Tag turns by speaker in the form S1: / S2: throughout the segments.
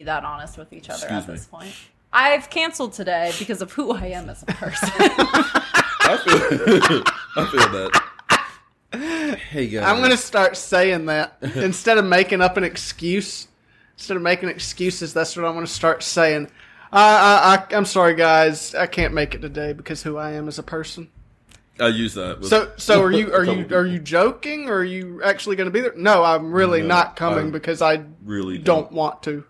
S1: be that honest with each other
S2: Excuse
S1: at
S2: me.
S1: this point. I've canceled today because of who I am as a person.
S2: I feel, I feel that. Hey guys,
S3: I'm gonna start saying that instead of making up an excuse. Instead of making excuses, that's what I'm gonna start saying. I, I, I, I'm sorry, guys. I can't make it today because who I am as a person.
S2: I use that. with-
S3: So, so are you
S2: a
S3: are
S2: couple
S3: you
S2: people.
S3: are you joking? Or are you actually going to be there? No, I'm really
S2: No,
S3: not coming
S2: I
S3: because I
S2: really
S3: don't,
S2: don't.
S3: want to.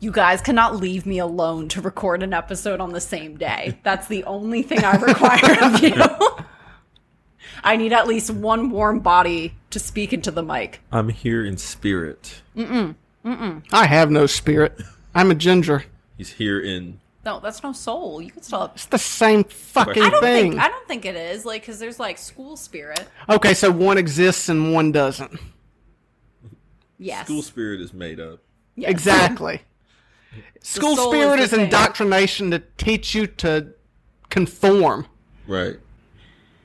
S1: you guys cannot leave me alone to record an episode on the same day. That's the only thing I require of you. I need at least one warm body to speak into the mic.
S2: I'm here in spirit.
S3: I have no spirit. I'm a ginger.
S2: He's here in.
S1: No, that's no soul. You can still have.
S3: It's the same fucking
S2: I
S1: I don't
S3: thing.
S1: think I don't think it is like because there's like school spirit.
S3: okay, so one exists and one doesn't.
S1: Yes,
S2: School spirit is made up.
S1: Yes.
S3: Exactly. School
S1: soul
S3: spirit
S1: is the
S3: is
S1: same.
S3: indoctrination to teach you to conform.
S2: Right.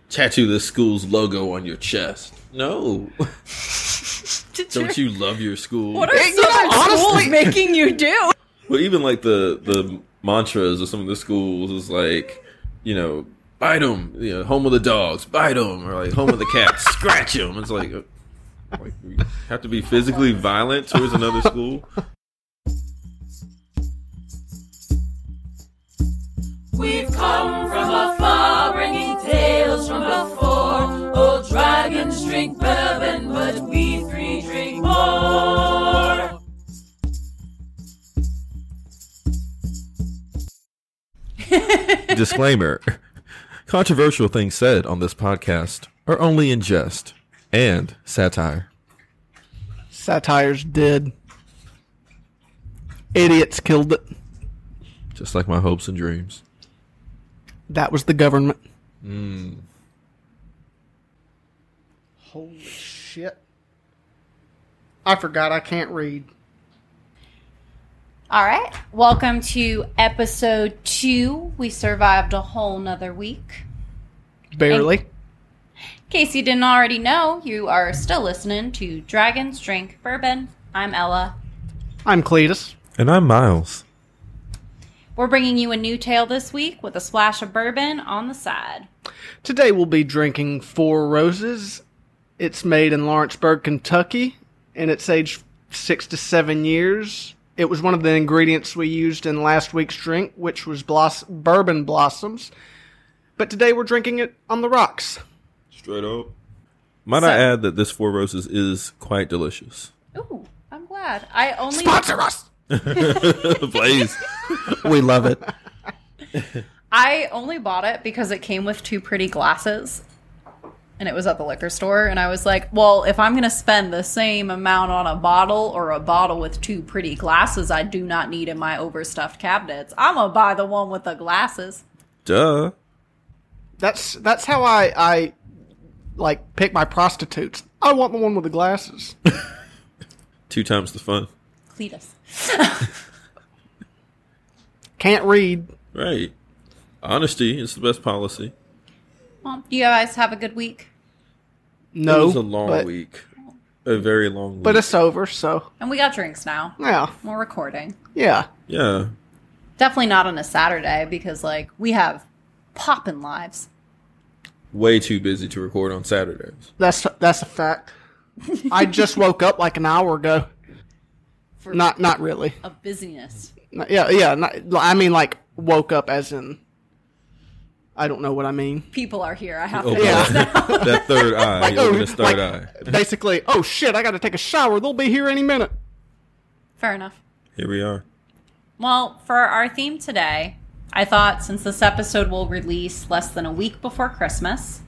S2: Tattoo the school's logo on your chest. No.
S1: Did
S2: Don't you love your school?
S1: What are
S3: Hey,
S1: some
S3: you know, honestly-
S1: schools making you do?
S2: well, even like the the mantras of some of the schools is like, you know, bite them, you know, home of the dogs, bite them, or like home of the cats, scratch them. It's like, uh, like you have to be physically violent towards another school.
S4: We've come from afar, bringing tales from before. Old dragons drink bourbon, but we three drink more.
S2: Disclaimer: Controversial things said on this podcast are only in jest and satire.
S3: Satire's dead. Idiots killed it.
S2: Just like my hopes and dreams.
S3: That was the government. Hmm. Holy shit. I forgot I can't read.
S5: All right. Welcome to episode two. We survived a whole nother week.
S3: Barely.
S5: In case you didn't already know, you are still listening to Dragons Drink Bourbon. I'm Ella.
S3: I'm Cletus.
S2: And I'm Miles.
S5: We're bringing you a new tale this week with a splash of bourbon on the side.
S3: Today we'll be drinking Four Roses. It's made in Lawrenceburg, Kentucky, and it's aged six to seven years. It was one of the ingredients we used in last week's drink, which was bloss- bourbon blossoms. But today we're drinking it on the rocks.
S2: Straight up. Might I add that this Four Roses is quite delicious.
S5: Ooh, I'm glad. I only
S3: Sponsor us!
S2: Please. we love it.
S1: I only bought it because it came with two pretty glasses and it was at the liquor store. And I was like, well, if I'm going to spend the same amount on a bottle or a bottle with two pretty glasses I do not need in my overstuffed cabinets, I'm going to buy the one with the glasses.
S2: Duh.
S3: That's that's how I I like pick my prostitutes. I want the one with the glasses.
S2: Two times the fun.
S1: Cletus.
S3: Can't read.
S2: Right. Honesty is the best policy.
S5: Well, you guys have a good week.
S3: No,
S2: it was a long
S3: but,
S2: week. A very long week.
S3: but it's over. So
S1: And we got drinks now.
S3: yeah,
S1: We're recording.
S3: yeah.
S2: yeah.
S1: Definitely not on a Saturday because, like, we have poppin' lives.
S2: Way too busy to record on Saturdays.
S3: That's that's a fact. I just woke up like an hour ago.
S1: For
S3: Not not really.
S1: Of busyness.
S3: Not- Yeah yeah. Not, I mean like woke up as in. I don't know what I mean.
S1: People are here. I have to.
S2: Open up Oh, that third eye. you open his third eye.
S3: oh, like, basically, oh shit! I got to take a shower. They'll be here any minute.
S5: Fair enough.
S2: Here we are.
S5: Well, for our theme today, I thought since this episode will release less than a week before Christmas,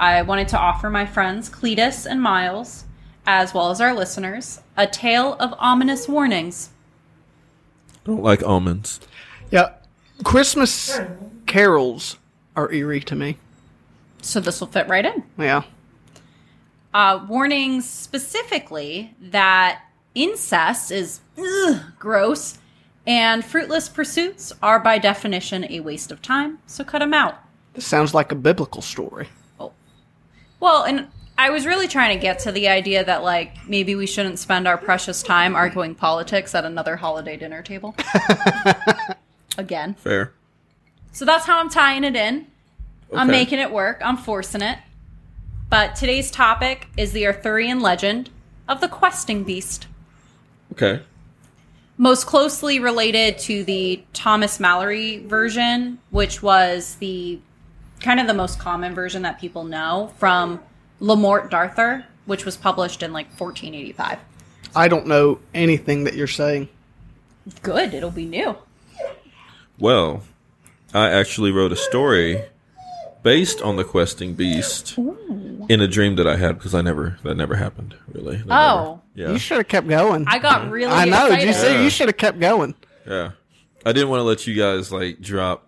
S5: I wanted to offer my friends Cletus and Miles, as well as our listeners, a tale of ominous warnings.
S2: I don't like almonds.
S3: Yeah, Christmas carols are eerie to me.
S5: So this will fit right in.
S3: Yeah.
S5: Uh, warnings specifically that incest is ugh, gross and fruitless pursuits are by definition a waste of time, so cut them out.
S3: This sounds like a biblical story.
S5: Well, and I was really trying to get to the idea that like maybe we shouldn't spend our precious time arguing politics at another holiday dinner table. Again.
S2: Fair.
S5: So that's how I'm tying it in. I'm
S2: Okay.
S5: making it work. I'm forcing it. But today's topic is the Arthurian legend of the questing beast,
S2: Okay.
S5: most closely related to the Thomas Mallory version, which was the kind of the most common version that people know from Lamort d'Arthur, which was published in like 1485.
S3: I don't know anything that you're saying.
S5: Good, it'll be new.
S2: Well, I actually wrote a story based on the questing beast in a dream that I had because I never that never happened really. That
S5: Oh.
S2: never-
S3: You
S2: yeah,
S3: should have kept going.
S5: I got really
S3: I know. Did
S5: excited.
S3: you see?
S2: Yeah.
S3: You should have kept going.
S2: yeah. I didn't want to let you guys like drop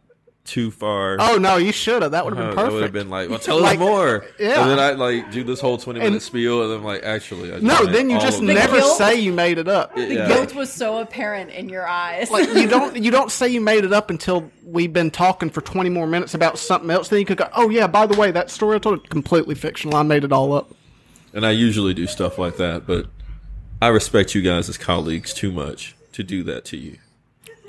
S2: too far.
S3: Oh no, you should have. That would have
S2: Uh,
S3: been
S2: that
S3: perfect.
S2: would have been like, well, tell
S3: Like,
S2: us more.
S3: yeah.
S2: And then I like do this whole twenty minute
S3: And-
S2: spiel, and I'm like, actually, I just
S3: no,
S2: meant
S3: then you
S2: all
S3: just
S2: of that.
S3: never
S5: guilt?
S3: say you made it up.
S5: The
S2: Yeah.
S5: guilt was so apparent in your eyes.
S3: Like you don't you don't say you made it up until we've been talking for twenty more minutes about something else. Then you could go, oh yeah, by the way, that story I told completely fictional. I made it all up.
S2: And I usually do stuff like that, but I respect you guys as colleagues too much to do that to you.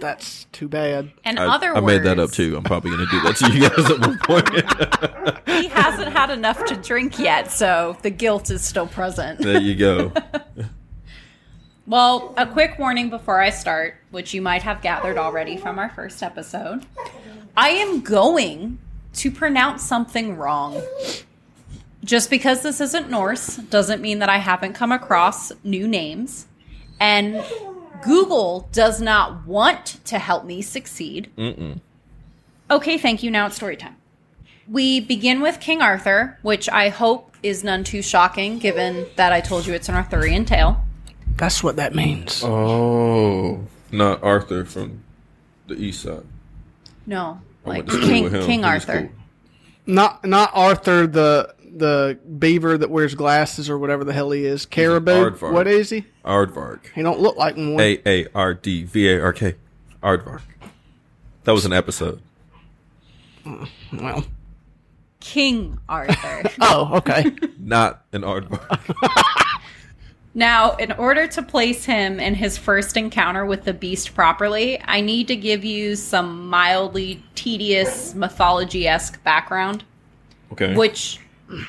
S3: That's too bad.
S5: In
S2: I,
S5: other
S2: I made that up
S5: words,
S2: too. I'm probably going to do that to you guys at one point.
S5: He hasn't had enough to drink yet, so the guilt is still present.
S2: there you go.
S5: Well, a quick warning before I start, which you might have gathered already from our first episode. I am going to pronounce something wrong. Just because this isn't Norse doesn't mean that I haven't come across new names. And Google does not want to help me succeed. Okay, thank you. Now it's story time. We begin with King Arthur, which I hope is none too shocking given that I told you it's an Arthurian tale.
S3: That's what that means.
S2: Oh, not Arthur from the East Side.
S5: No,
S2: I
S5: like
S2: went to school
S5: King
S2: with him. He
S5: King
S2: was
S5: Arthur.
S2: cool.
S3: Not not Arthur the the beaver that wears glasses or whatever the hell he is. Caribou.
S2: aardvark.
S3: What is he?
S2: Aardvark.
S3: He don't look like one.
S2: A A R D V A R K. Aardvark. That was an episode.
S3: Well.
S5: King Arthur.
S3: Oh, okay.
S2: Not an aardvark.
S5: now, in order to place him in his first encounter with the beast properly, I need to give you some mildly tedious mythology esque background,
S2: Okay.
S5: which,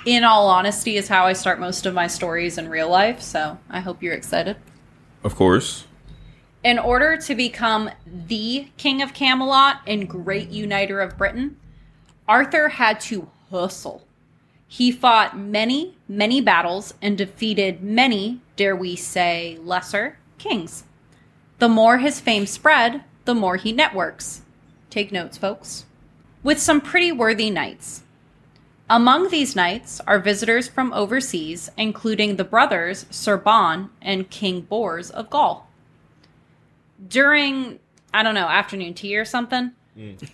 S5: in all honesty, is how I start most of my stories in real life. So I hope you're excited.
S2: Of course.
S5: In order to become the King of Camelot and great uniter of Britain, Arthur had to hustle. He fought many, many battles and defeated many, dare we say, lesser kings. The more his fame spread, the more he networks. Take notes, folks. With some pretty worthy knights. Among these knights are visitors from overseas, including the brothers Serban and King Bors of Gaul during I don't know afternoon tea or something.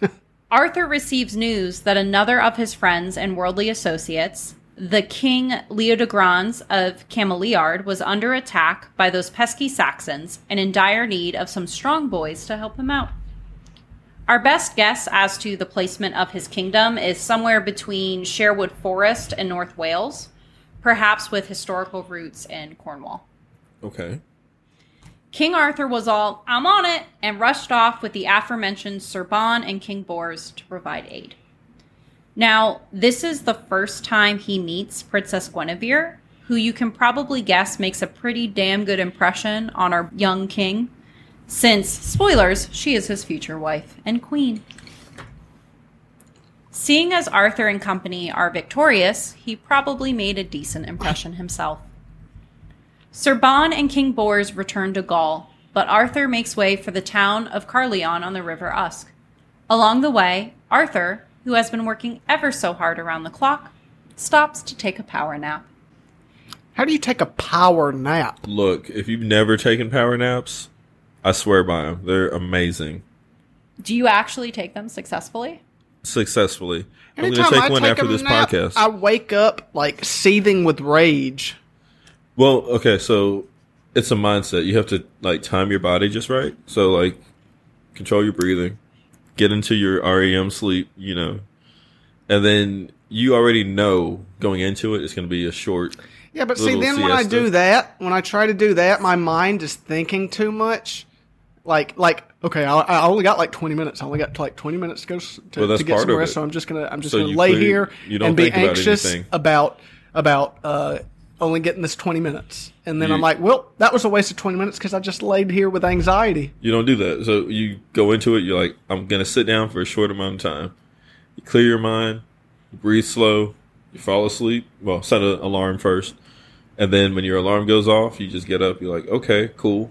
S5: Arthur receives news that another of his friends and worldly associates, the King Leodegrance of Cameliard, was under attack by those pesky Saxons and in dire need of some strong boys to help him out. Our best guess as to the placement of his kingdom is somewhere between Sherwood Forest and North Wales, perhaps with historical roots in Cornwall.
S2: Okay.
S5: King Arthur was all, I'm on it, and rushed off with the aforementioned Sir Bon and King Bors to provide aid. Now, this is the first time he meets Princess Guinevere, who you can probably guess makes a pretty damn good impression on our young king, since, spoilers, she is his future wife and queen. Seeing as Arthur and company are victorious, he probably made a decent impression himself. Sir Ban and King Bors return to Gaul, but Arthur makes way for the town of Carleon on the River Usk. Along the way, Arthur, who has been working ever so hard around the clock, stops to take a power nap.
S3: How do you take a power nap?
S2: Look, if you've never taken power naps, I swear by them. They're amazing.
S5: Do you actually take them successfully?
S2: Successfully. I'm going to take one after
S3: a
S2: this
S3: nap,
S2: podcast.
S3: I wake up like seething with rage.
S2: Well, okay, so it's a mindset. You have to like time your body just right. So like E control your breathing, get into your REM sleep, you know, and then you already know going into it, it's going to be a short.
S3: Yeah, but see,
S2: Little
S3: then when I
S2: siesta.
S3: do that, when I try to do that, my mind is thinking too much. Like, like, okay, I, I only got like twenty minutes. I only got like twenty minutes to go s- to,
S2: Well, that's
S3: to get
S2: part of
S3: somewhere.
S2: it.
S3: So I'm just gonna, I'm just
S2: So
S3: gonna
S2: you
S3: lay
S2: clear-
S3: here
S2: you don't
S3: and be
S2: think about
S3: anxious
S2: anything.
S3: about about uh, only getting this twenty minutes. And then
S2: You-
S3: I'm like, well, that was a waste of twenty minutes because I just laid here with anxiety.
S2: You don't do that. So you go into it. You're like, I'm going to sit down for a short amount of time. You clear your mind. You breathe slow. You fall asleep. Well, set an alarm first, and then when your alarm goes off, you just get up. You're like, okay, cool.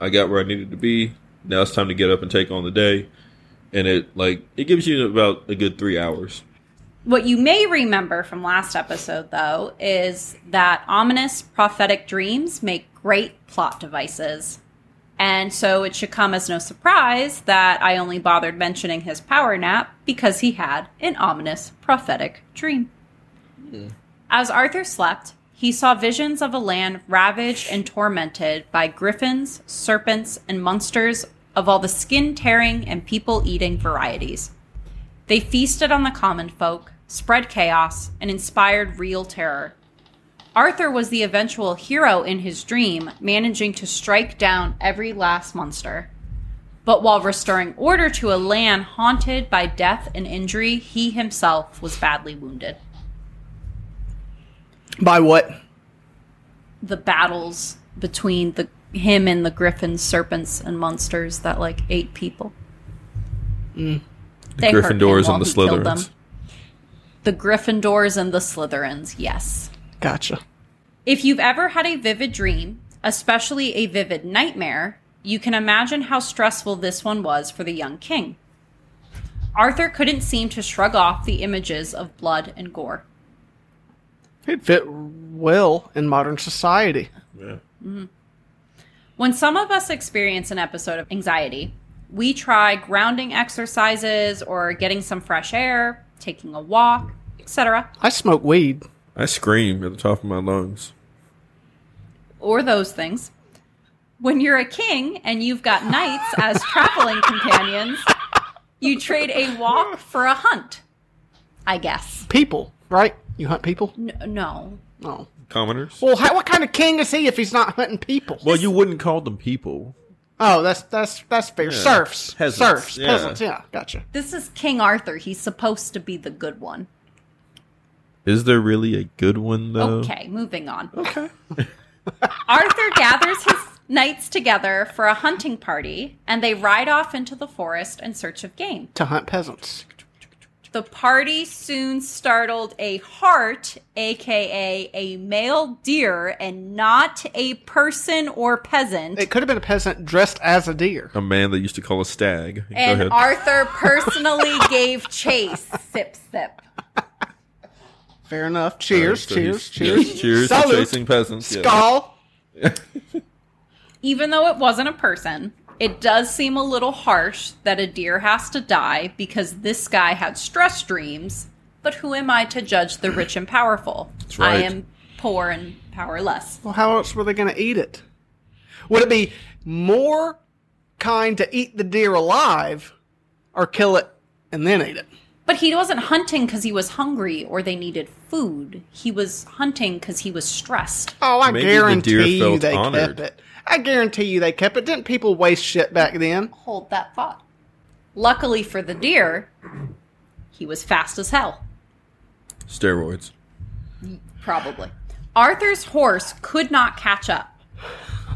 S2: I got where I needed to be. Now it's time to get up and take on the day. And it like it gives you about a good three hours.
S5: What you may remember from last episode, though, is that ominous prophetic dreams make great plot devices. And so it should come as no surprise that I only bothered mentioning his power nap because he had an ominous prophetic dream. As Arthur slept, he saw visions of a land ravaged and tormented by griffins, serpents, and monsters of all the skin tearing and people eating varieties. They feasted on the common folk, spread chaos, and inspired real terror. Arthur was the eventual hero in his dream, managing to strike down every last monster. But while restoring order to a land haunted by death and injury, he himself was badly wounded.
S3: By what?
S5: The battles between the him and the griffins, serpents, and monsters that like ate people.
S2: The
S5: hurt him
S2: Gryffindors
S5: while
S2: and the
S5: he killed them.
S2: Slytherins.
S5: The Gryffindors and the Slytherins, yes.
S3: Gotcha.
S5: If you've ever had a vivid dream, especially a vivid nightmare, you can imagine how stressful this one was for the young king. Arthur couldn't seem to shrug off the images of blood and gore.
S3: It fit well in modern society.
S2: Yeah.
S5: When some of us experience an episode of anxiety, we try grounding exercises or getting some fresh air, taking a walk, etc.,
S3: I smoke weed.
S2: I scream at the top of my lungs.
S5: or those things. When you're a king and you've got knights as traveling companions, you trade a walk for a hunt. I guess.
S3: People, right? You hunt people?
S5: N- no.
S3: No.
S2: Commoners.
S3: Well, how, what kind of king is he if he's not hunting people?
S2: Well, you wouldn't call them people.
S3: Oh, that's that's that's fair. Serfs,
S2: Peasants,
S3: serfs,
S2: yeah.
S3: peasants. Yeah, gotcha.
S5: This is King Arthur. He's supposed to be the good one.
S2: Is there really a good one though?
S5: Okay, moving on. Okay. Arthur gathers his knights together for a hunting party, and they ride off into the forest in search of game.
S3: To hunt peasants.
S5: The party soon startled a hart, aka a male deer, and not a person or peasant.
S3: It could have been a peasant dressed as a deer.
S2: A man they used to call a stag. Go
S5: and
S2: ahead.
S5: Arthur personally gave chase. Sip, sip.
S3: Fair enough. Cheers,
S2: Uh, So
S3: cheers,
S2: he's-
S3: cheers,
S2: yes, cheers to
S3: Salute.
S2: chasing peasants. yeah.
S3: Skull.
S5: Even though it wasn't a person, it does seem a little harsh that a deer has to die because this guy had stress dreams. But who am I to judge the rich and powerful?
S2: That's right.
S5: I am poor and powerless.
S3: Well, how else were they going to eat it? Would it be more kind to eat the deer alive, or kill it and then eat it?
S5: But he wasn't hunting because he was hungry or they needed food. He was hunting because he was stressed.
S3: Oh, I
S2: Maybe the
S3: guarantee
S2: deer
S3: you
S2: felt
S3: they
S2: honored.
S3: kept it. I guarantee you they kept it. Didn't people waste shit back then?
S5: Hold that thought. Luckily for the deer, he was fast as hell.
S2: Steroids.
S5: Probably. Arthur's horse could not catch up.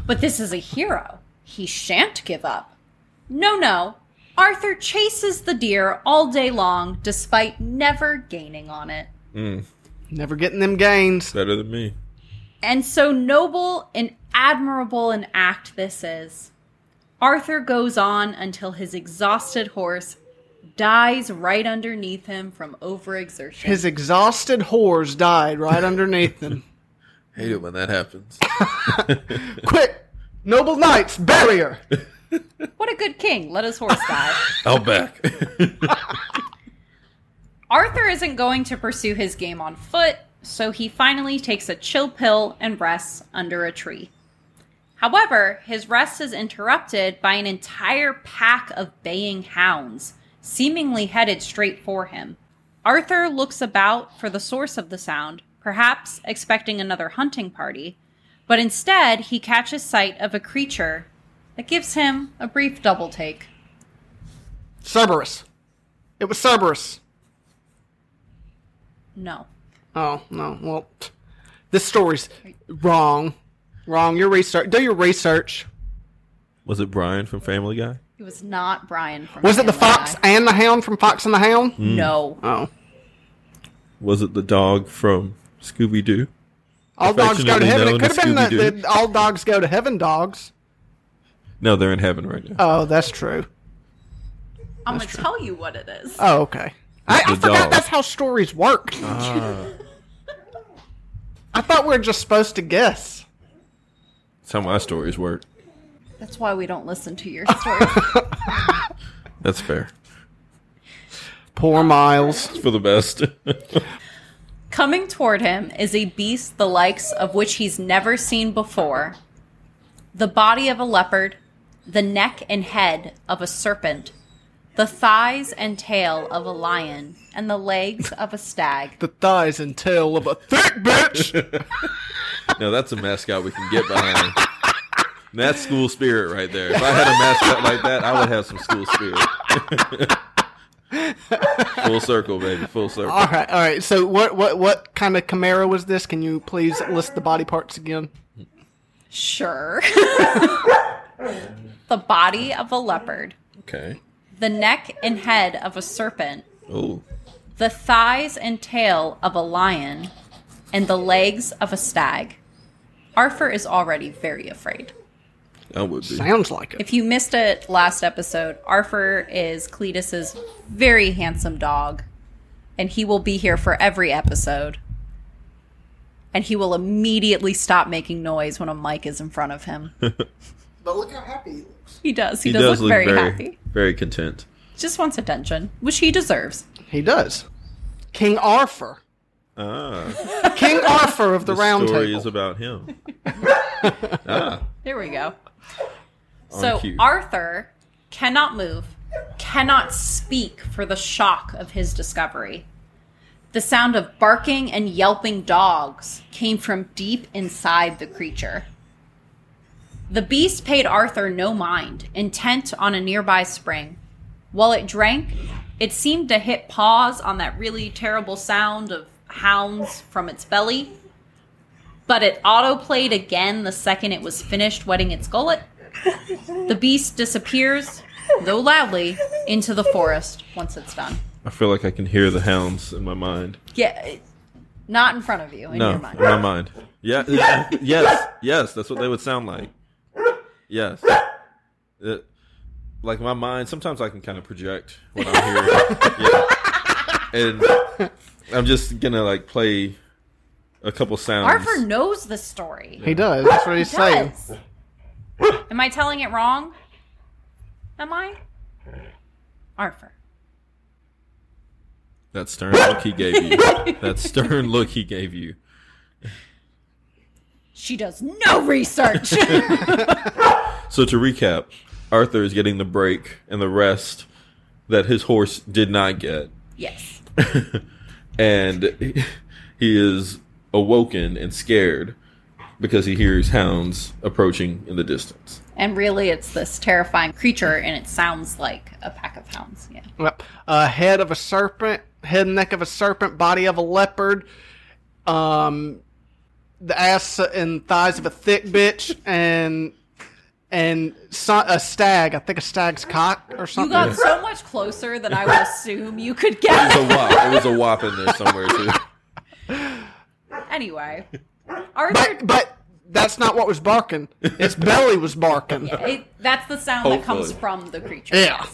S5: But this is a hero. He shan't give up. No, no. Arthur chases the deer all day long despite never gaining on it.
S3: Never getting them gains.
S2: Better than me.
S5: And so noble and admirable an act this is. Arthur goes on until his exhausted horse dies right underneath him from overexertion.
S3: His exhausted whores died right underneath them.
S2: Hate it when that happens.
S3: Quick, noble knights, barrier.
S5: what a good king, let his horse die.
S2: I'll back.
S5: Arthur isn't going to pursue his game on foot, so he finally takes a chill pill and rests under a tree. However, his rest is interrupted by an entire pack of baying hounds, seemingly headed straight for him. Arthur looks about for the source of the sound, perhaps expecting another hunting party, but instead he catches sight of a creature that gives him a brief double take.
S3: Cerberus. It was Cerberus.
S5: No.
S3: Oh no. Well, t- this story's wrong. Wrong. Your research. Do your research.
S2: Was it Brian from Family Guy?
S1: It was not Brian from
S3: Was it the
S1: Family
S3: fox
S1: Guy.
S3: and the hound from Fox and the Hound?
S2: Mm.
S1: No.
S3: Oh.
S2: Was it the dog from Scooby Doo?
S3: All dogs go
S2: Affectionately
S3: to heaven. It
S2: known
S3: could have been
S2: as
S3: the,
S2: Scooby-Doo.
S3: the all dogs go to heaven dogs.
S2: No, they're in heaven right now.
S3: Oh, that's true.
S1: I'm going to tell you what it is.
S3: Oh, okay. I, I
S2: The
S3: forgot
S2: dog. Ah.
S3: that's how stories work. I thought we were just supposed to guess.
S2: That's how my stories work.
S1: That's why we don't listen to your stories.
S2: That's fair.
S3: Poor Miles.
S2: It's for the best.
S5: Coming toward him is a beast the likes of which he's never seen before the body of a leopard, the neck and head of a serpent, the thighs and tail of a lion, and the legs of a stag.
S3: The thighs and tail of a thick bitch.
S2: no, that's a mascot we can get behind. And That's school spirit right there. If I had a mascot like that, I would have some school spirit. full circle, baby. Full circle.
S3: all right, all right. So what what what kind of Camaro was this? Can you please list the body parts again?
S5: Sure. the body of a leopard,
S2: Okay.
S5: the neck and head of a serpent,
S2: Oh,
S5: the thighs and tail of a lion, and the legs of a stag. Arthur is already very afraid.
S2: I would be.
S3: Sounds like it.
S5: If you missed it last episode, Arthur is Cletus's very handsome dog, and he will be here for every episode. And he will immediately stop making noise when a mic is in front of him.
S3: But look how happy he looks.
S5: He does. He, does, look, very, happy.
S2: very content.
S5: Just wants attention, which he deserves.
S3: He does. King Arthur.
S2: Ah,
S3: King Arthur of the
S2: this
S3: Round
S2: story
S3: Table.
S2: is about him. ah,
S5: There we go.
S2: on
S5: So
S2: cue.
S5: Arthur cannot move, cannot speak for the shock of his discovery. The sound of barking and yelping dogs came from deep inside the creature. The beast paid Arthur no mind, intent on a nearby spring. While it drank, it seemed to hit pause on that really terrible sound of hounds from its belly, but it autoplayed again the second it was finished wetting its gullet. The beast disappears, though loudly, into the forest once it's done.
S2: I feel like I can hear the hounds in my mind.
S5: Yeah,
S1: Not in front of you, in
S2: no,
S1: your mind.
S2: in my mind. Yeah, yes, yes. That's what they would sound like. Yes. Uh, like my mind. Sometimes I can kind of project what I'm hearing. yeah. And I'm just gonna like play a couple sounds.
S5: Arthur knows the story.
S3: He does. That's what he's saying.
S5: Does. Am I telling it wrong? Am I? Arthur.
S2: That stern look he gave you. that stern look he gave you.
S5: She does no research.
S2: So to recap, Arthur is getting the break and the rest that his horse did not get,
S5: yes.
S2: and he- he is awoken and scared because he hears hounds approaching in the distance.
S5: And really, it's this terrifying creature, and it sounds like a pack of hounds. Yeah.
S3: Yep. Uh, head of a serpent, head and neck of a serpent, body of a leopard, um, the ass and thighs of a thick bitch, and and so, a stag. I think a stag's cock or
S5: You
S3: something.
S5: got so much closer than I would assume you could get.
S2: It was a wop. It was a wop in there somewhere too.
S5: Anyway, Arthur
S3: but but that's not what was barking. Its belly was barking.
S5: It, that's the sound that comes
S2: Hopefully.
S5: from the creature.
S3: Yeah.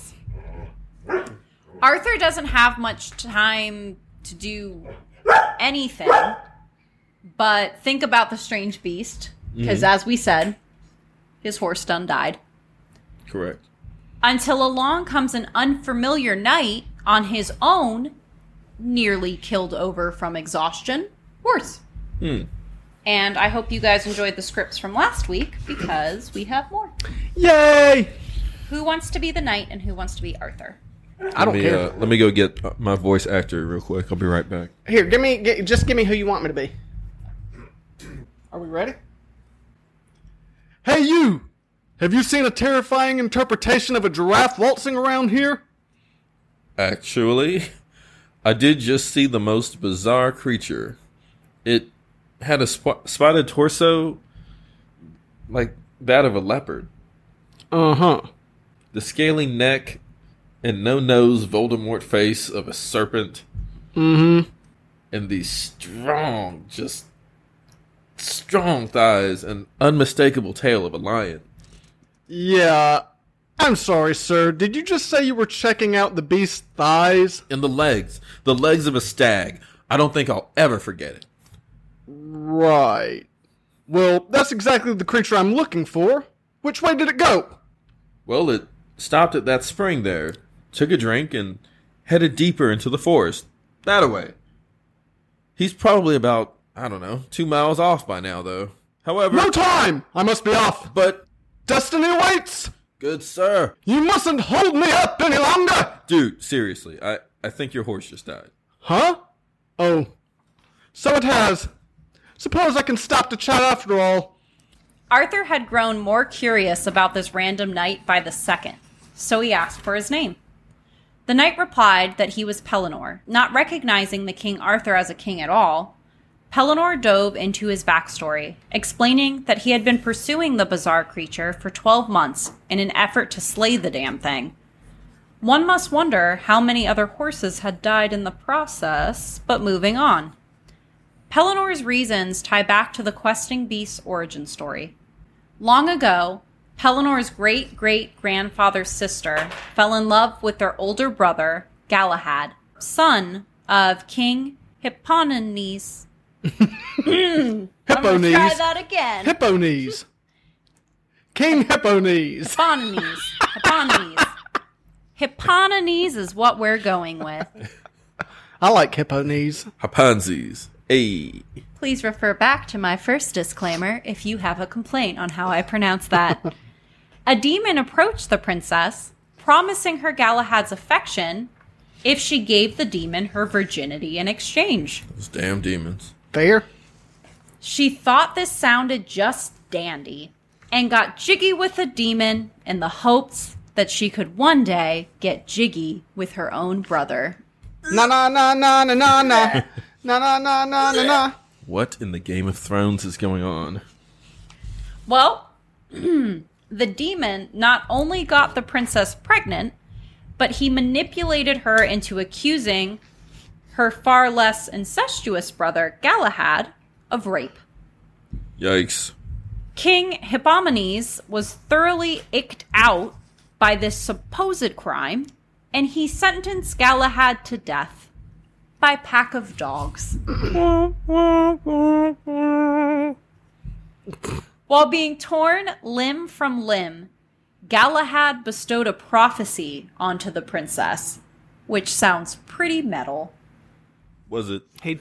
S5: yes. Arthur doesn't have much time to do anything but think about the strange beast because, as we said, his horse done died.
S2: Correct.
S5: Until along comes an unfamiliar knight on his own, nearly killed over from exhaustion, horse. And I hope you guys enjoyed the scripts from last week because we have more.
S3: Yay!
S5: Who wants to be the knight and who wants to be Arthur?
S3: I don't
S2: me,
S3: care.
S2: Uh, let me go get uh, my voice actor real quick. I'll be right back.
S3: Here, give me gi- just give me who you want me to be. Are we ready? Hey, you! Have you seen a terrifying interpretation of a giraffe waltzing around here?
S2: Actually, I did just see the most bizarre creature. It had a sp- spotted torso like that of a leopard,
S3: Uh huh.
S2: the scaly neck and no nose Voldemort face of a serpent,
S3: Mm
S2: and these strong, just strong thighs and unmistakable tail of a lion.
S3: hmm. Yeah. I'm sorry, sir. Did you just say you were checking out the beast's thighs?
S2: And the legs, the legs of a stag. I don't think I'll ever forget it.
S3: Right. Well, that's exactly the creature I'm looking for. Which way did it go?
S2: Well, it stopped at that spring there, took a drink, and headed deeper into the forest. That way. He's probably about, I don't know, two miles off by now, though. However,
S3: No time! I must be off.
S2: but
S3: Destiny waits!
S2: good sir,
S3: You mustn't hold me up any longer!
S2: dude, seriously, I I think your horse just died.
S3: Huh? Oh. So it has. Suppose I can stop to chat after all.
S5: Arthur had grown more curious about this random knight by the second, so he asked for his name. The knight replied that he was Pellinor. Not recognizing the King Arthur as a king at all, Pellinor dove into his backstory, explaining that he had been pursuing the bizarre creature for 12 months in an effort to slay the damn thing. One must wonder how many other horses had died in the process, but moving on. Pellinor's reasons tie back to the questing beast's origin story. Long ago, Pellinor's great great grandfather's sister fell in love with their older brother, Galahad, son of King Hippomenes.
S3: Hippo
S5: Try
S3: knees.
S5: that again.
S3: Hippo knees. King Hippo knees.
S5: Hippomenes. Hippomenes. Hippomenes is what we're going with.
S3: I like hippo knees.
S2: Hapanzis. Hey.
S5: Please refer back to my first disclaimer if you have a complaint on how I pronounce that. a demon approached the princess, promising her Galahad's affection if she gave the demon her virginity in exchange.
S2: Those damn demons.
S3: Fair.
S5: She thought this sounded just dandy and got jiggy with the demon in the hopes that she could one day get jiggy with her own brother.
S3: Na na na na na na na. Na na na na na na.
S2: What in the Game of Thrones is going on?
S5: Well, the demon not only got the princess pregnant, but he manipulated her into accusing her far less incestuous brother, Galahad, of rape.
S2: Yikes.
S5: King Hippomenes was thoroughly icked out by this supposed crime, and he sentenced Galahad to death by pack of dogs. While being torn limb from limb, Galahad bestowed a prophecy onto the princess, which sounds pretty metal.
S2: Was it?
S3: Hey,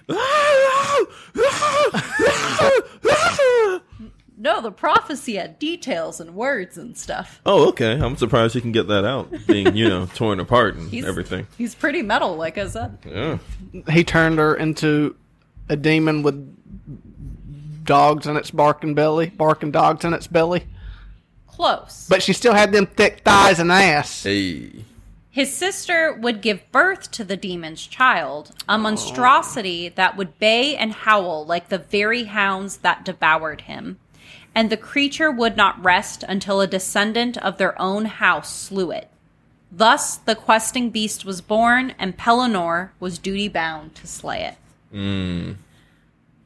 S5: No, the prophecy had details and words and stuff.
S2: Oh, okay. I'm surprised you can get that out, being, you know, torn apart and
S5: He's-
S2: everything.
S5: He's pretty metal, like I said.
S2: Yeah.
S3: he turned her into a demon with dogs in its barking belly, barking dogs in its belly.
S5: Close.
S3: But she still had them thick thighs and ass.
S2: Hey.
S5: His sister would give birth to the demon's child, a monstrosity that would bay and howl like the very hounds that devoured him. And the creature would not rest until a descendant of their own house slew it. Thus, the questing beast was born, and Pellinor was duty bound to slay it.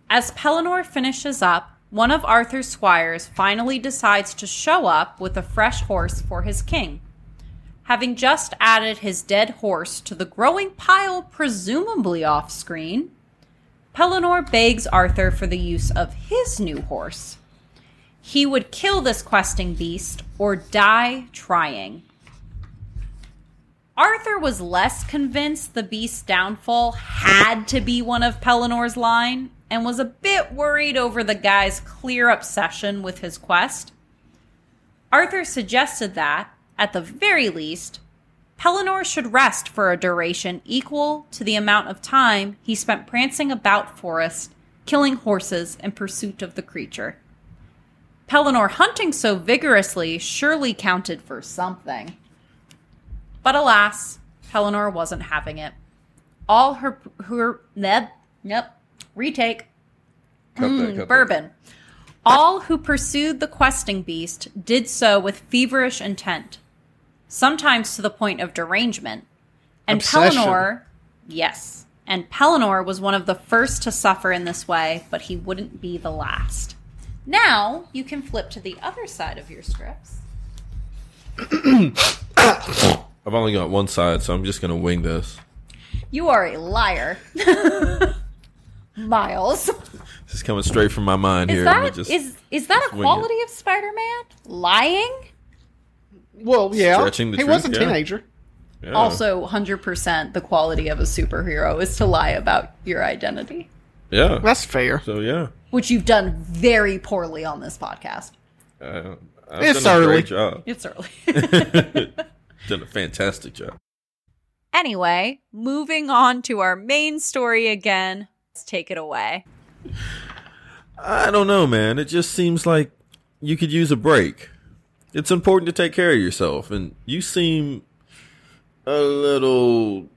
S5: As Pellinor finishes up, one of Arthur's squires finally decides to show up with a fresh horse for his king having just added his dead horse to the growing pile, presumably off screen, Pellinor begs Arthur for the use of his new horse. He would kill this questing beast or die trying. Arthur was less convinced the beast's downfall had to be one of Pellinor's line and was a bit worried over the guy's clear obsession with his quest. Arthur suggested that, at the very least, Pellinor should rest for a duration equal to the amount of time he spent prancing about forest, killing horses in pursuit of the creature. Pellinor hunting so vigorously surely counted for something. But alas, Pellinor wasn't having it. All her her neb yep retake
S2: Cut that,
S5: Mm,
S2: cut that.
S5: bourbon. All who pursued the questing beast did so with feverish intent, sometimes to the point of derangement. And
S3: Obsession.
S5: Pellinor, yes, and Pellinor was one of the first to suffer in this way, but he wouldn't be the last. Now you can flip to the other side of your scripts.
S2: I've only got one side, so I'm just gonna wing this.
S5: You are a liar, Miles.
S2: This is coming straight from my mind
S5: Is
S2: here.
S5: that
S2: just
S5: is is that a
S2: wing it.
S5: quality of Spider-Man? Lying.
S3: Well, yeah,
S2: Stretching the
S3: he was a
S2: truth, yeah.
S3: teenager.
S2: yeah.
S1: Also, 100% the quality of a superhero is to lie about your identity,
S2: yeah.
S3: That's fair.
S2: So yeah,
S1: which you've done very poorly on this podcast.
S2: uh, I've
S3: It's
S2: done a
S3: early.
S2: great job.
S1: It's early.
S2: Done a fantastic job.
S5: Anyway, moving on to our main story again. Let's take it away.
S2: I don't know, man. It just seems like you could use a break. It's important to take care of yourself, and you seem a little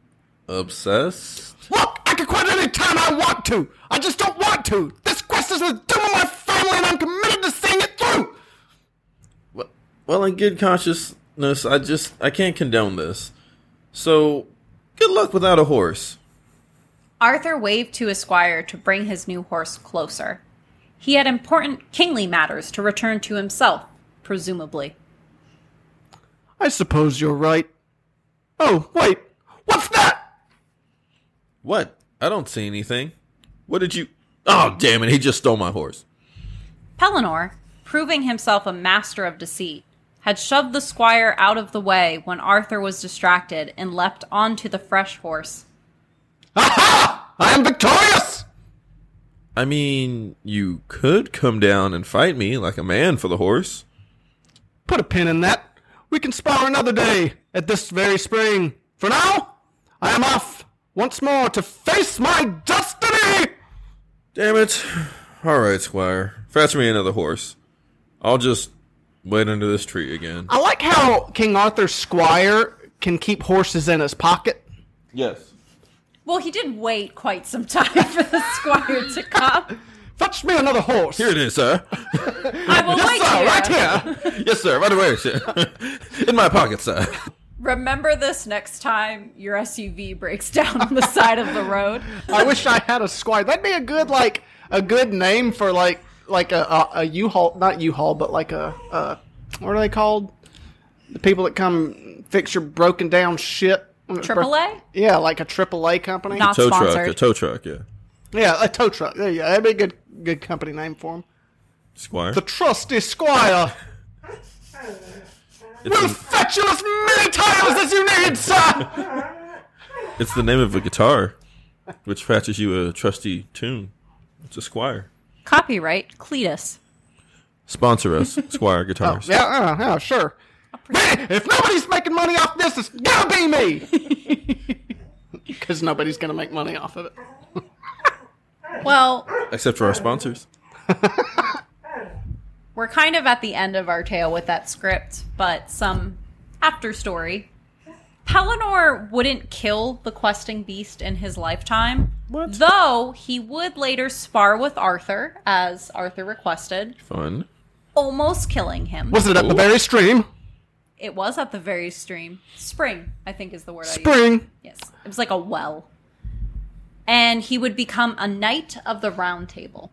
S2: obsessed.
S3: Look, I can quit any time I want to. I just don't want to. This quest is the doom of my family, and I'm committed to seeing it through.
S2: Well- Well, in good consciousness, I just I can't condone this. So, good luck without a horse.
S5: Arthur waved to his squire to bring his new horse closer. He had important kingly matters to return to himself, presumably.
S3: I suppose you're right. Oh, wait. What's that?
S2: What? I don't see anything. What did you? Oh, damn it! He just stole my horse.
S5: Pellinor, proving himself a master of deceit, had shoved the squire out of the way when Arthur was distracted and leapt onto the fresh horse.
S3: Aha! I am victorious!
S2: I mean, you could come down and fight me like a man for the horse.
S3: Put a pin in that. We can spar another day at this very spring. For now, I am off once more to face my destiny!
S2: Damn it! All right, Squire, fetch me another horse. I'll just wait under this tree again.
S3: I like how King Arthur's squire can keep horses in his pocket.
S2: Yes.
S5: Well, he did wait quite some time for the squire to come.
S3: Fetch me another horse.
S2: Here it is, sir.
S5: I will wait
S3: sir,
S5: here.
S3: right here.
S2: yes, sir. Right away, sir. In my pocket, sir.
S5: Remember this next time your SUV breaks down on the side of the road.
S3: I wish I had a squire. That'd be a good like a good name for like like a a, a U-Haul, not U-Haul, but like a, a what are they called? The people that come fix your broken down shit.
S5: AAA?
S3: Yeah, like a AAA company.
S5: Not
S2: Tow truck. A
S5: sponsored.
S2: tow truck. Yeah.
S3: Yeah, a tow truck. There you go. That'd be a good good company name for him.
S2: Squire.
S3: The trusty squire
S2: It's,
S3: will
S2: the,
S3: fetch you as many titles as you need, sir.
S2: it's the name of a guitar, which fetches you a trusty tune. It's a Squire.
S5: Copyright Cletus.
S2: Sponsor us, Squire Guitars.
S3: yeah, uh, yeah, sure. Man, if nobody's making money off this, it's gonna be me. Because nobody's gonna make money off of it.
S5: Well,
S2: Except for our sponsors.
S5: we're kind of at the end of our tale with that script, but some after story. Pellinor wouldn't kill the questing beast in his lifetime, though he would later spar with Arthur, as Arthur requested,
S2: Fun.
S5: almost killing him.
S3: Was it at the very stream?
S5: It was at the very stream. Spring, I think is the word I used.
S3: Spring.
S5: Yes. It was like a well. And he would become a knight of the round table.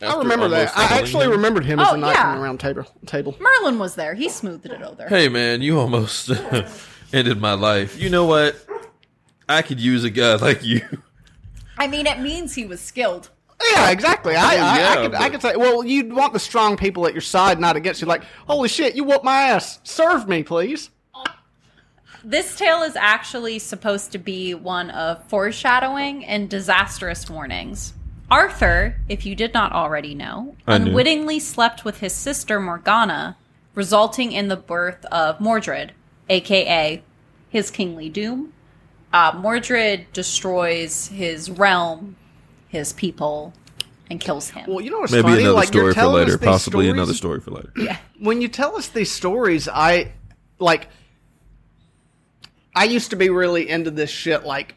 S3: I remember that. I actually remembered him as
S1: Oh,
S3: a knight
S1: yeah.
S3: from the round table. Table.
S1: Merlin was there. He smoothed it over.
S2: Hey, man, you almost ended my life. You know what? I could use a guy like you.
S1: I mean, it means he was skilled.
S3: Yeah, exactly. I, I,
S2: Oh, yeah,
S3: I, could, I
S2: but-
S3: could say, well, you'd want the strong people at your side, not against you. Like, holy shit, you whooped my ass. Serve me, please.
S5: This tale is actually supposed to be one of foreshadowing and disastrous warnings. Arthur, if you did not already know,
S2: I knew.
S5: unwittingly slept with his sister Morgana, resulting in the birth of Mordred, aka his kingly doom. Uh, Mordred destroys his realm, his people, and kills him.
S3: Well, you know what's
S2: Maybe
S3: funny?
S2: another
S3: like
S2: story
S3: you're
S2: for
S3: telling
S2: later.
S3: us these
S2: Possibly
S3: stories,
S2: another story for later.
S3: When you tell us these stories, I like. I used to be really into this shit, like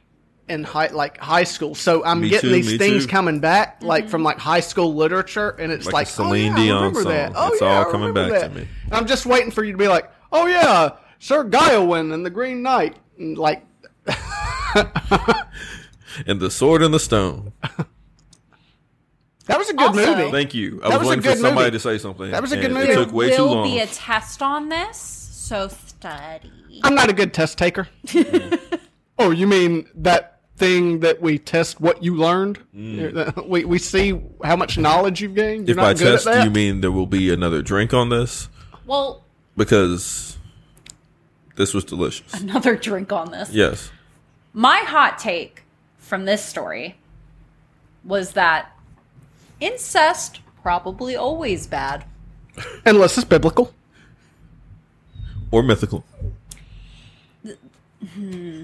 S3: in high, like high school. So I'm
S2: Me
S3: getting
S2: too,
S3: these
S2: me
S3: things
S2: too.
S3: coming back, like from like high school literature, and it's
S2: Like
S3: like,
S2: a Celine
S3: oh, yeah,
S2: Dion
S3: I remember
S2: song.
S3: That. Oh,
S2: It's
S3: yeah,
S2: all
S3: I
S2: coming
S3: remember
S2: back to
S3: that.
S2: me.
S3: And I'm just waiting for you to be like, oh yeah, Sir Gawain and the Green Knight, and like
S2: And the sword and the stone.
S3: that was a good
S6: Also-
S3: movie.
S2: Thank you. I
S3: That
S2: was,
S3: was a
S2: waiting for
S3: good
S2: somebody
S3: movie.
S2: to say something.
S3: That was a good
S2: and
S3: movie.
S2: It took way
S6: there
S2: too
S6: will
S2: long.
S6: be a test on this, so study.
S3: I'm not a good test taker. oh, you mean that thing that we test what you learned? Uh, We, we see how much knowledge you've gained. You're
S2: Mm. if
S3: not
S2: by
S3: good at
S2: test
S3: that?
S2: you mean there will be another drink on this,
S5: well,
S2: because this was delicious.
S5: another drink on this.
S2: Yes.
S5: My hot take from this story was that incest probably always bad.
S3: Unless it's biblical.
S2: Or mythical.
S3: Hmm.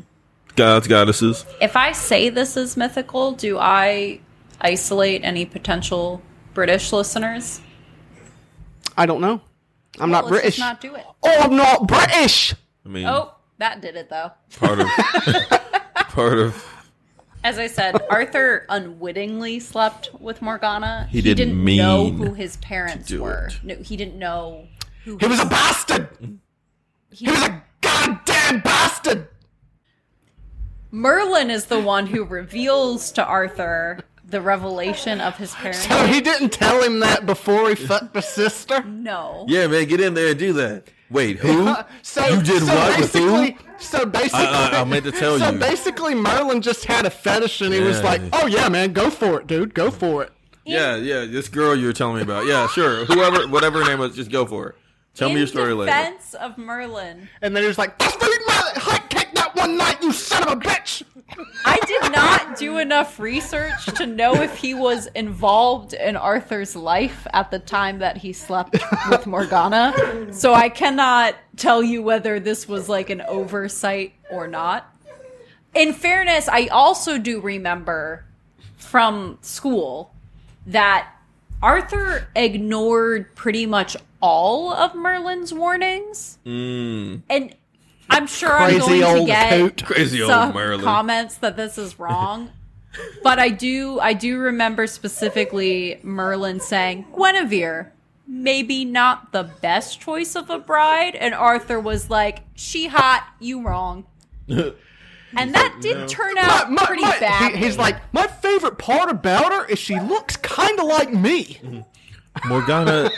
S2: Gods, goddesses.
S5: If I say this is mythical, do I isolate any potential British listeners?
S3: I don't know. I'm not
S5: Let's
S3: British.
S5: just not do it.
S3: oh, I'm not British.
S2: I mean,
S5: Oh, that did it though.
S2: part of part of
S5: As I said, Arthur unwittingly slept with Morgana.
S2: He didn't mean
S5: know who his parents
S2: do
S5: were.
S2: it.
S5: No, he didn't know who
S3: He was a bastard. He was a goddamn bastard.
S5: Merlin is the one who reveals to Arthur the revelation of his parents.
S3: So he didn't tell him that before he fucked the sister.
S5: No.
S2: yeah, man, get in there and do that. Wait, who?
S3: Uh, So
S2: You did
S3: so
S2: what with who?
S3: basically- So basically,
S2: I- I meant to tell
S3: so
S2: you.
S3: basically, Merlin just had a fetish, and he was
S2: Yeah.
S3: like, "Oh yeah, man, go for it, dude, go for it."
S2: Yeah, yeah, this girl you were telling me about. Yeah, sure. Whoever, whatever her name was, just go for it. Tell me your story
S5: In
S2: later.
S5: defense of Merlin,
S3: And then he was like, "That's for you, mother hot cake that one night, you son of a bitch."
S5: I did not do enough research to know if he was involved in Arthur's life at the time that he slept with Morgana. So I cannot tell you whether this was like an oversight or not. In fairness, I also do remember from school that Arthur ignored pretty much all of Merlin's warnings. And I'm sure I'm
S3: Crazy
S5: going to
S3: old
S5: get
S3: coot.
S2: Crazy
S5: some
S2: old Merlin.
S5: comments that this is wrong. but I do I do remember specifically Merlin saying, Guinevere, maybe not the best choice of a bride, and Arthur was like, She hot, you wrong. and that did turn out
S3: My- my-
S5: pretty
S3: my-
S5: bad.
S3: he- he's like, "My favorite part about her is she looks kind of like me."
S2: Morgana,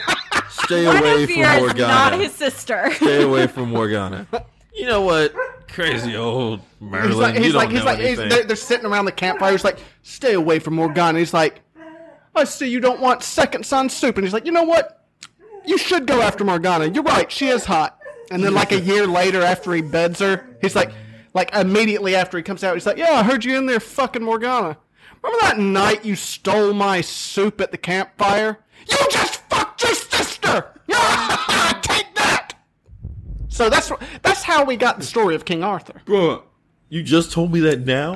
S2: stay away from
S5: Guinevere is
S2: Morgana.
S5: not his sister.
S2: stay away from Morgana. You know what? Crazy old Merlin.
S3: He's like,
S2: you
S3: he's
S2: don't
S3: like, he's
S2: know
S3: like, he's,
S2: anything.
S3: they're, they're sitting around the campfire. He's like, "Stay away from Morgana." He's like, "I see you don't want second son soup," and he's like, "You know what? You should go after Morgana. You're right. She is hot." And then, like a year later, after he beds her, he's like, like immediately after he comes out, he's like, "Yeah, I heard you in there fucking Morgana. Remember that night you stole my soup at the campfire? You just fucked your sister. Take that." So that's that's how we got the story of King Arthur.
S2: Bro, you just told me that now?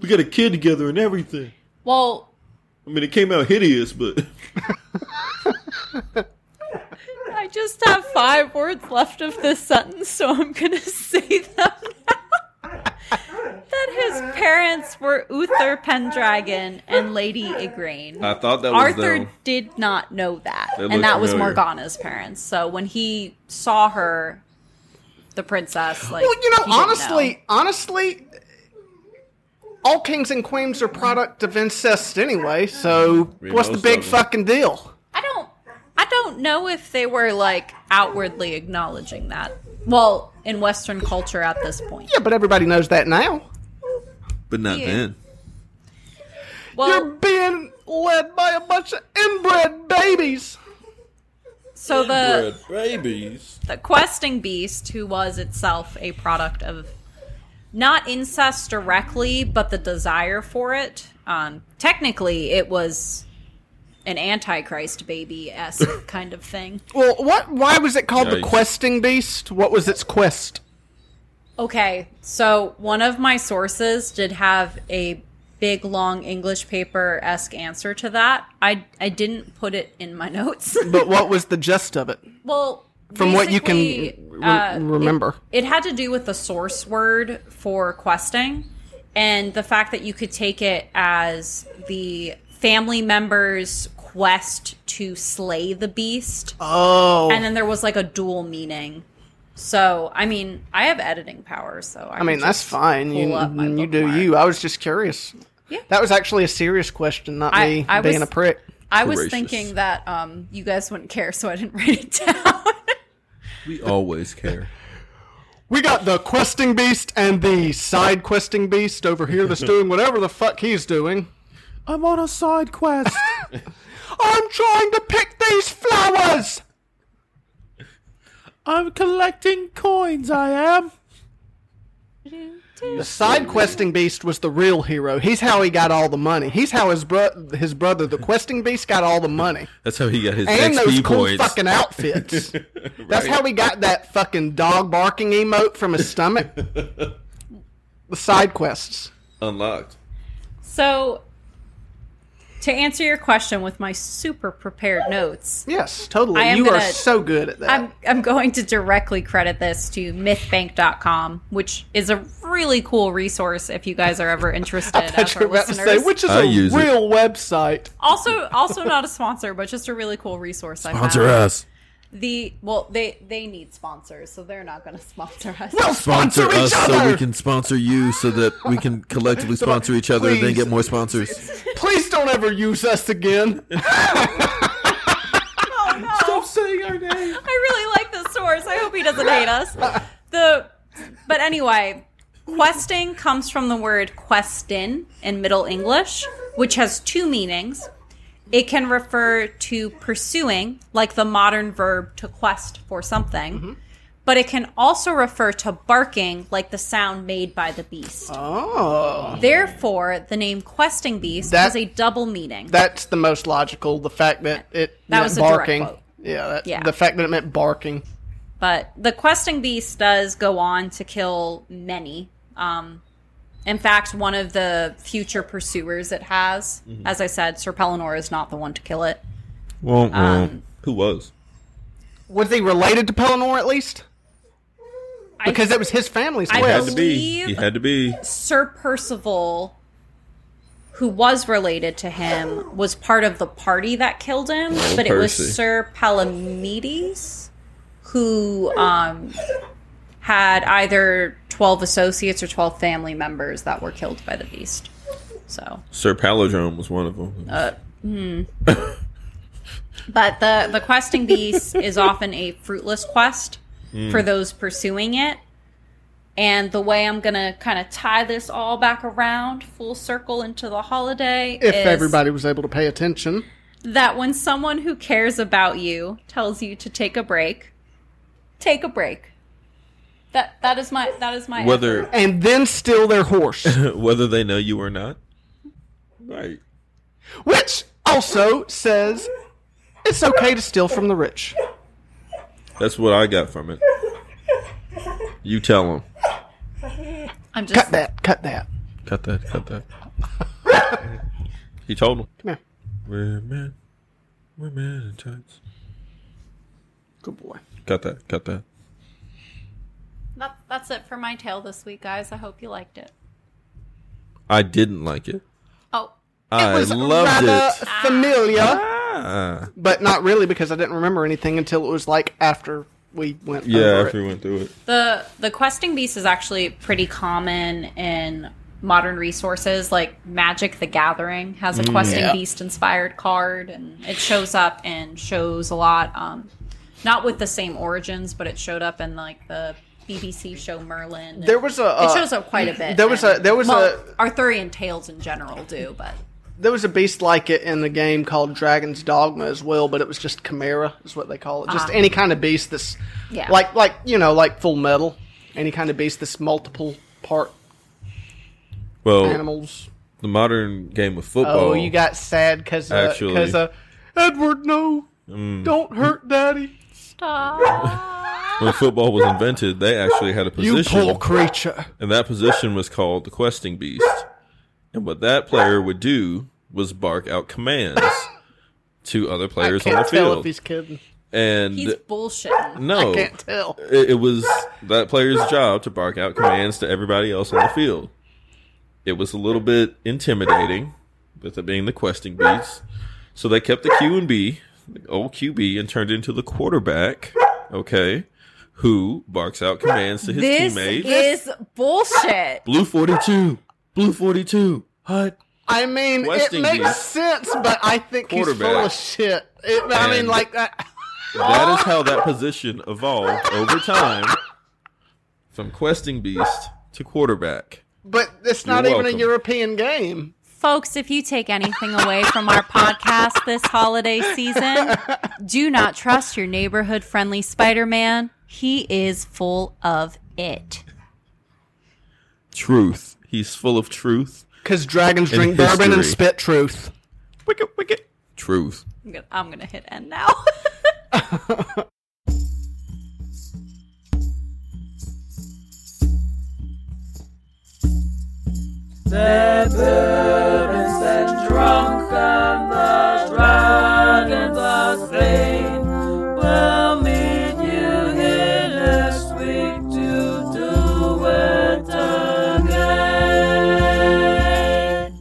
S2: we got a kid together and everything.
S5: well,
S2: I mean, it came out hideous, but
S5: I just have five words left of this sentence, so I'm gonna say them now. that his parents were Uther Pendragon and Lady Igraine.
S2: I thought that was
S5: Arthur
S2: them.
S5: did not know that,
S2: They look
S5: and that was
S2: familiar.
S5: Morgana's parents. So when he saw her, the princess, like,
S3: Well, you
S5: he
S3: know,
S5: didn't
S3: honestly, honestly, all kings and queens are product of incest anyway. So
S2: We
S3: what's the
S2: most
S3: big
S2: of 'em.
S3: fucking deal?
S5: I don't, I don't know if they were like outwardly acknowledging that. Well, in Western culture at this point,
S3: Yeah, but everybody knows that now.
S2: but not
S5: Yeah.
S2: then.
S5: well,
S3: You're being led by a bunch of inbred babies.
S5: so the
S2: babies.
S5: the questing beast who was itself a product of not incest directly but the desire for it um, technically it was an antichrist baby-esque kind of thing
S3: Well, what? Why was it called the
S2: Yikes.
S3: questing beast? What was its quest?
S5: Okay, so one of my sources did have a big long English paper esque answer to that. I I didn't put it in my notes.
S3: But what was the gist of it?
S5: well,
S3: From what you can
S5: basically, uh,
S3: re- remember.
S5: it, it had to do with the source word for questing and the fact that you could take it as the family members quest to slay the beast
S3: Oh,
S5: and then there was like a dual meaning. So I mean, I have editing power, so I,
S3: I mean that's fine. You,
S5: pull up my
S3: you do
S5: bookmark.
S3: you. I was just curious.
S5: Yeah.
S3: That was actually a serious question, not
S5: I-
S3: me
S5: I
S3: being
S5: was-
S3: a prick.
S5: I was
S2: Voracious.
S5: thinking that um, you guys wouldn't care, so I didn't write it down.
S2: We always care.
S3: We got the questing beast and the side questing beast over here that's doing whatever the fuck he's doing.
S2: I'm on a side quest.
S3: I'm trying to pick these flowers.
S2: I'm collecting coins. I am.
S3: The side questing beast was the real hero. He's how he got all the money. He's how his bro- his brother, the questing beast, got all the money
S2: That's how he got his
S3: and those
S2: XP
S3: cool
S2: points.
S3: fucking outfits. That's how he got that fucking dog barking emote from his stomach. the side quests.
S2: Unlocked.
S5: so, to answer your question with my super prepared notes,
S3: Yes, totally.
S5: I am
S3: You are
S5: gonna-
S3: so good at that.
S5: I'm I'm going to directly credit this to MythBank.com, which is a really cool resource if you guys are ever interested.
S3: I thought
S5: as
S3: you were
S5: our
S3: about to
S5: listeners.
S3: say, which is
S2: I
S3: a
S2: use it.
S3: real website.
S5: also also not a sponsor, but just a really cool resource. I found.
S3: Uh,
S2: Sponsor us.
S5: The well, they they need sponsors, so they're not going to sponsor us.
S3: Well,
S2: Sponsor,
S3: sponsor,
S2: us
S3: each other.
S2: so we can sponsor you so that we can collectively sponsor each other and then get more sponsors.
S3: Please don't ever use us again.
S5: Oh,
S2: Stop saying our name.
S5: I really like this source. I hope he doesn't hate us. The but anyway, questing comes from the word questin in Middle English, which has two meanings. It can refer to pursuing, like the modern verb to quest for something.
S3: Mm-hmm.
S5: But it can also refer to barking, like the sound made by the beast.
S3: Oh,
S5: Therefore, the name questing beast
S3: That-
S5: has a double meaning.
S3: that's the most logical. The fact that it
S5: That
S3: meant
S5: was a direct
S3: barking.
S5: quote.
S3: Yeah, that,
S5: Yeah.
S3: the fact that it meant barking.
S5: But the questing beast does go on to kill many. Um, in fact, one of the future pursuers it has, as I said, Sir Pellinor is not the one to kill it.
S2: Well,
S3: Uh,
S5: Um,
S2: who was?
S3: Was he related to Pellinor at least? Because
S5: I,
S3: it was his family's
S5: I
S3: quest.
S2: Had to be.
S5: believe-
S2: He had to be.
S5: Sir Percival, who was related to him, was part of the party that killed him, but it was
S2: Percy.
S5: Sir Palamedes who um, had either 12 associates or 12 family members that were killed by the beast. So.
S2: Sir Palindrome was one of them.
S5: But the the questing beast is often a fruitless quest for those pursuing it. And the way I'm gonna kind of tie this all back around full circle into the holiday
S3: if
S5: is
S3: everybody was able to pay attention.
S5: that when someone who cares about you tells you to take a break, take a break. That that is my that is my
S2: whether
S3: And then steal their horse.
S2: whether they know you or not. Right.
S3: which also says it's okay to steal from the rich.
S2: That's what I got from it. You tell them.
S5: I'm just
S3: Cut that. Cut that.
S2: Cut that. Cut that. he told him.
S3: Come here.
S2: We're men. We're men in tights.
S3: Good boy.
S2: Cut that. Cut that.
S5: that, that's it for my tale this week, guys. I hope you liked it.
S2: I didn't like it.
S5: Oh,
S2: I
S3: was
S2: loved
S3: rather
S2: it.
S3: familiar,
S2: Ah.
S3: but not really because I didn't remember anything until it was like after we went.
S2: Yeah,
S3: over
S2: after
S3: it.
S2: we went through it.
S5: The the questing beast is actually pretty common in modern resources like Magic the Gathering has a questing
S3: Mm, Yeah.
S5: beast inspired card and it shows up in shows a lot um not with the same origins but it showed up in like the BBC show Merlin.
S3: There was a.
S5: it
S3: Uh,
S5: shows up quite a bit.
S3: there was
S5: in-
S3: a- there was
S5: well,
S3: a-
S5: Arthurian tales in general do, but
S3: There was a beast like it in the game called Dragon's Dogma as well, but it was just Chimera is what they call it. Just any kind of beast that's
S5: Yeah.
S3: like like you know like Full Metal, any kind of beast that's multiple part
S2: Well,
S3: animals.
S2: the modern game of football.
S3: Oh, you got sad because
S2: Actually-
S3: uh,
S2: Mm.
S3: because uh, Edward, no, don't hurt Daddy.
S5: stop.
S2: when football was invented, they actually had a
S3: You
S2: position,
S3: poor creature.
S2: and that position was called the questing beast. And what that player would do was bark out commands to other
S3: I
S2: players on the
S3: can't tell if
S2: field, Oh.
S3: he's kidding.
S2: and
S5: He's bullshitting.
S2: no,
S3: I can't tell.
S2: it, it was that player's job to bark out commands to everybody else on the field. It was a little bit intimidating, with it being the questing beats. So they kept the Q and B, the old QB, and turned it into the quarterback. Okay, who barks out commands to his
S5: This
S2: teammates?
S5: is bullshit.
S2: Blue forty two, blue forty two, hut.
S3: I mean,
S2: Questing
S3: it makes
S2: these-
S3: sense, but I think he's full
S2: Quarterback.
S3: of shit. It, I mean,
S2: And-
S3: like, I,
S2: That is how that position evolved over time, from questing beast to quarterback.
S3: but it's not
S2: You're
S3: even
S2: welcome.
S3: a European game.
S5: Folks, if you take anything away from our podcast this holiday season, do not trust your neighborhood friendly Spider Man. He is full of it.
S2: Truth. He's full of truth.
S3: Because dragons
S2: In
S3: drink bourbon and
S2: history.
S3: spit truth.
S2: Wicked, wicked. Truth.
S5: I'm gonna, I'm gonna hit end now.
S4: They're bourbons and drunk and the dragons are slain. We'll meet you here next week to do it again.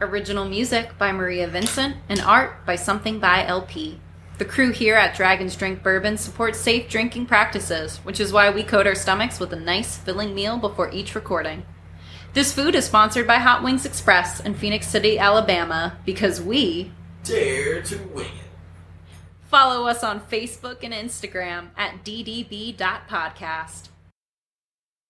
S5: Original music by Maria Vincent and art by Something by LP. The crew here at Dragons Drink Bourbon supports safe drinking practices, which is why we coat our stomachs with a nice, filling meal before each recording. This food is sponsored by Hot Wings Express in Phoenix City, Alabama, because we
S2: Dare to win it.
S5: Follow us on Facebook and Instagram at ddb.podcast.